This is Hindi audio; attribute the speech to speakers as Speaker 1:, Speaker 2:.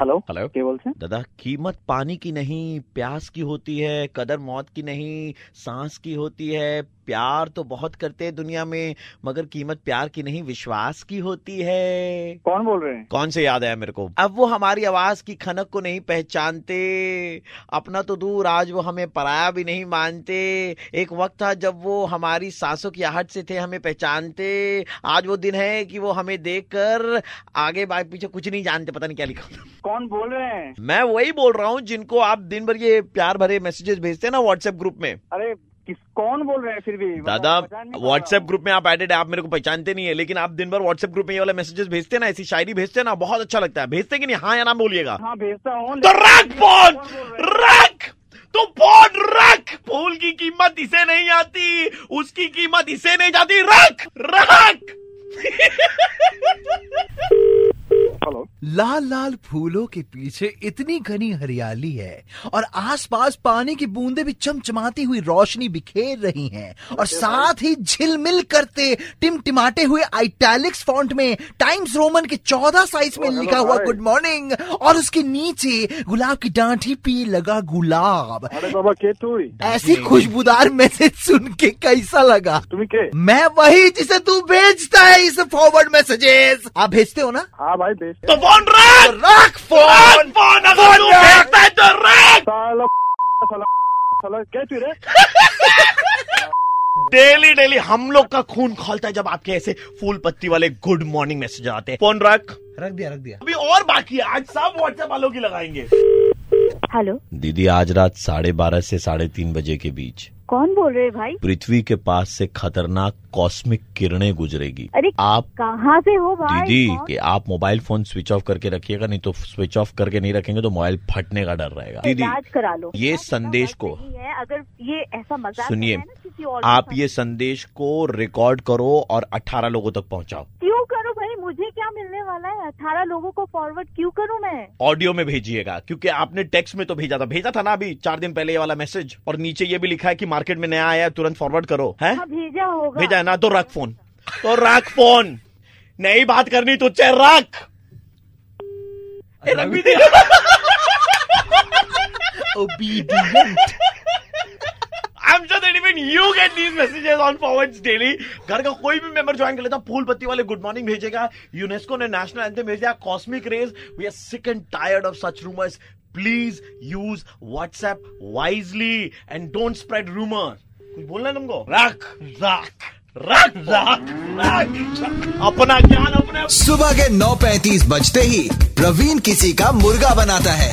Speaker 1: हेलो
Speaker 2: हेलो
Speaker 1: के बोल से
Speaker 2: दादा कीमत पानी की नहीं प्यास की होती है कदर मौत की नहीं सांस की होती है प्यार तो बहुत करते हैं दुनिया में मगर कीमत प्यार की नहीं विश्वास की होती है
Speaker 1: कौन बोल रहे हैं
Speaker 2: कौन से याद आया मेरे को अब वो हमारी आवाज की खनक को नहीं पहचानते अपना तो दूर आज वो हमें पराया भी नहीं मानते एक वक्त था जब वो हमारी सांसों की आहट से थे हमें पहचानते आज वो दिन है कि वो हमें देखकर आगे बाग पीछे कुछ नहीं जानते पता नहीं क्या लिखा होता।
Speaker 1: कौन बोल रहे हैं
Speaker 2: मैं वही बोल रहा हूँ जिनको आप दिन भर ये प्यार भरे मैसेजेस भेजते हैं ना व्हाट्सएप ग्रुप में
Speaker 1: अरे किस कौन बोल रहे हैं फिर भी बताओ,
Speaker 2: दादा
Speaker 1: पहचान नहीं पा रहा
Speaker 2: व्हाट्सएप
Speaker 1: हूँ।
Speaker 2: ग्रुप में आप एडेड आप मेरे को पहचानते नहीं है लेकिन आप दिन भर व्हाट्सएप ग्रुप में ये वाला मैसेजेस भेजते हैं ना ऐसी शायरी भेजते हैं ना बहुत अच्छा लगता है भेजते कि नहीं हाँ या ना बोलिएगा
Speaker 1: हाँ भेजता हूँ
Speaker 2: तो
Speaker 1: लेकिन
Speaker 2: रख
Speaker 1: फिर भी
Speaker 2: फोन
Speaker 1: कौन बोल रहे हैं?
Speaker 2: रख तो फोन रख फूल की कीमत इसे नहीं आती उसकी कीमत इसे नहीं जाती रख रख
Speaker 1: हेलो
Speaker 3: लाल लाल फूलों के पीछे इतनी घनी हरियाली है और आसपास पानी की बूंदें भी चमचमाती हुई रोशनी बिखेर रही हैं और साथ ही झिलमिल करते टिमटिमाते हुए आइटैलिक्स फॉन्ट में टाइम्स रोमन के चौदह साइज में
Speaker 1: हेलो
Speaker 3: लिखा हुआ
Speaker 1: भाई।
Speaker 3: गुड मॉर्निंग और उसके नीचे गुलाब की डांठी पे लगा गुलाब
Speaker 1: अरे बाबा के तू ही?
Speaker 3: ऐसी खुशबूदार मैसेज सुन के कैसा लगा
Speaker 1: तुम्ही के
Speaker 3: मैं वही जिसे तू भेजता है इस फॉरवर्ड मैसेजेस आप भेजते हो ना
Speaker 1: हाँ भाई भेजता
Speaker 2: तो फोन रख
Speaker 3: रख
Speaker 2: फोन फोन
Speaker 3: फोन
Speaker 2: अगर तू
Speaker 3: रख।
Speaker 2: भेजता है तो रख
Speaker 1: साला साला साला क्या चीज है
Speaker 2: डेली डेली हम लोग का खून खोलता है जब आपके ऐसे फूल पत्ती वाले गुड मॉर्निंग मैसेज आते हैं फोन रख
Speaker 3: रख दिया रख दिया
Speaker 2: अभी और बाकी है आज सब व्हाट्सएप वालों की लगाएंगे
Speaker 4: हेलो
Speaker 2: दीदी आज रात साढ़े बारह से साढ़े तीन बजे के बीच
Speaker 4: कौन बोल रहे हैं भाई
Speaker 2: पृथ्वी के पास से खतरनाक कॉस्मिक किरणें गुजरेगी
Speaker 4: अरे
Speaker 2: आप
Speaker 4: कहाँ से हो भाई
Speaker 2: दीदी
Speaker 4: कौन?
Speaker 2: कि आप मोबाइल फोन स्विच ऑफ करके रखिएगा नहीं तो स्विच ऑफ करके नहीं रखेंगे तो मोबाइल फटने का डर रहेगा दीदी
Speaker 4: इलाज करा लो
Speaker 2: ये
Speaker 4: इतना
Speaker 2: संदेश
Speaker 4: मत
Speaker 2: को-
Speaker 4: नहीं है अगर ये ऐसा मजाक
Speaker 2: सुनिए,
Speaker 4: हो रहा है ना किसी और के
Speaker 2: आप
Speaker 4: साथ,
Speaker 2: ये संदेश को रिकॉर्ड करो और 18 लोगों तक पहुंचाओ
Speaker 4: क्यों करूँ भाई मुझे क्या मिलने वाला है अठारह लोगों को फॉरवर्ड क्यों करूँ मैं
Speaker 2: ऑडियो में भेजिएगा क्योंकि आपने टेक्स्ट में तो भेजा था भेजा था ना अभी चार दिन पहले ये वाला मैसेज और नीचे ये भी लिखा है कि मार्केट में नया आया है तुरंत फॉरवर्ड करो है
Speaker 4: हाँ भेजा होगा
Speaker 2: भेजा है ना तो रख फोन तो रख फोन नहीं बात करनी तुझसे रख ए, रख भी दिया
Speaker 3: obedient
Speaker 2: I'm sure that even you get these messages on forwards daily. घर का कोई भी मेंबर ज्वाइन कर लेता फूल पत्ती वाले गुड मॉर्निंग भेजेगा यूनेस्को ने नेशनल एंथम भेजा cosmic rays we are sick and tired of such rumours please use WhatsApp wisely and don't spread rumour कुछ बोलना है तुमको रख रख रख रख रख अपना ज्ञान अपने
Speaker 5: सुबह के 9:35 बजते ही प्रवीण किसी का मुर्गा बनाता है